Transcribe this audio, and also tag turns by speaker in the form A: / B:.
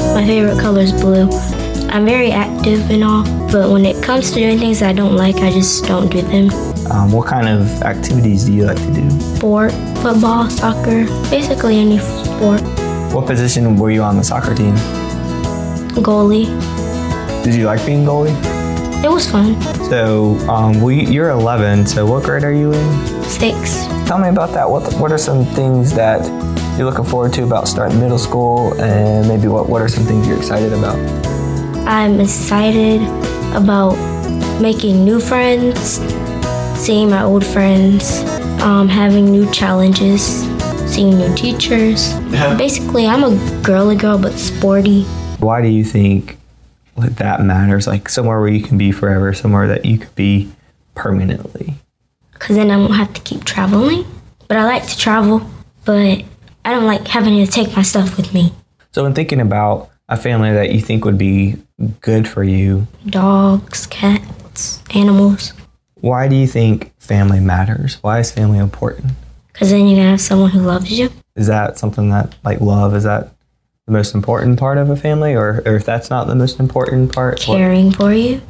A: My favorite color is blue. I'm very active and all, but when it comes to doing things I don't like, I just don't do them.
B: Um, what kind of activities do you like to do?
A: Sport, football, soccer, basically any sport.
B: What position were you on the soccer team?
A: Goalie.
B: Did you like being goalie?
A: It was fun.
B: So, um, we, you're 11. So, what grade are you in?
A: Six.
B: Tell me about that. What What are some things that you're looking forward to about starting middle school, and maybe what What are some things you're excited about?
A: I'm excited about making new friends, seeing my old friends, um, having new challenges, seeing new teachers. Basically, I'm a girly girl, but sporty.
B: Why do you think that that matters? Like somewhere where you can be forever, somewhere that you could be permanently.
A: because then I won't have to keep traveling. But I like to travel, but I don't like having to take my stuff with me.
B: So, in thinking about a family that you think would be good for you,
A: Dogs, cats, animals,
B: why do you think family matters? Why is family important?
A: because then you're gonna have someone who loves you.
B: Is that something that, like, love, is that the most important part of a family? Or, or if that's not the most important part, what-
A: caring for you.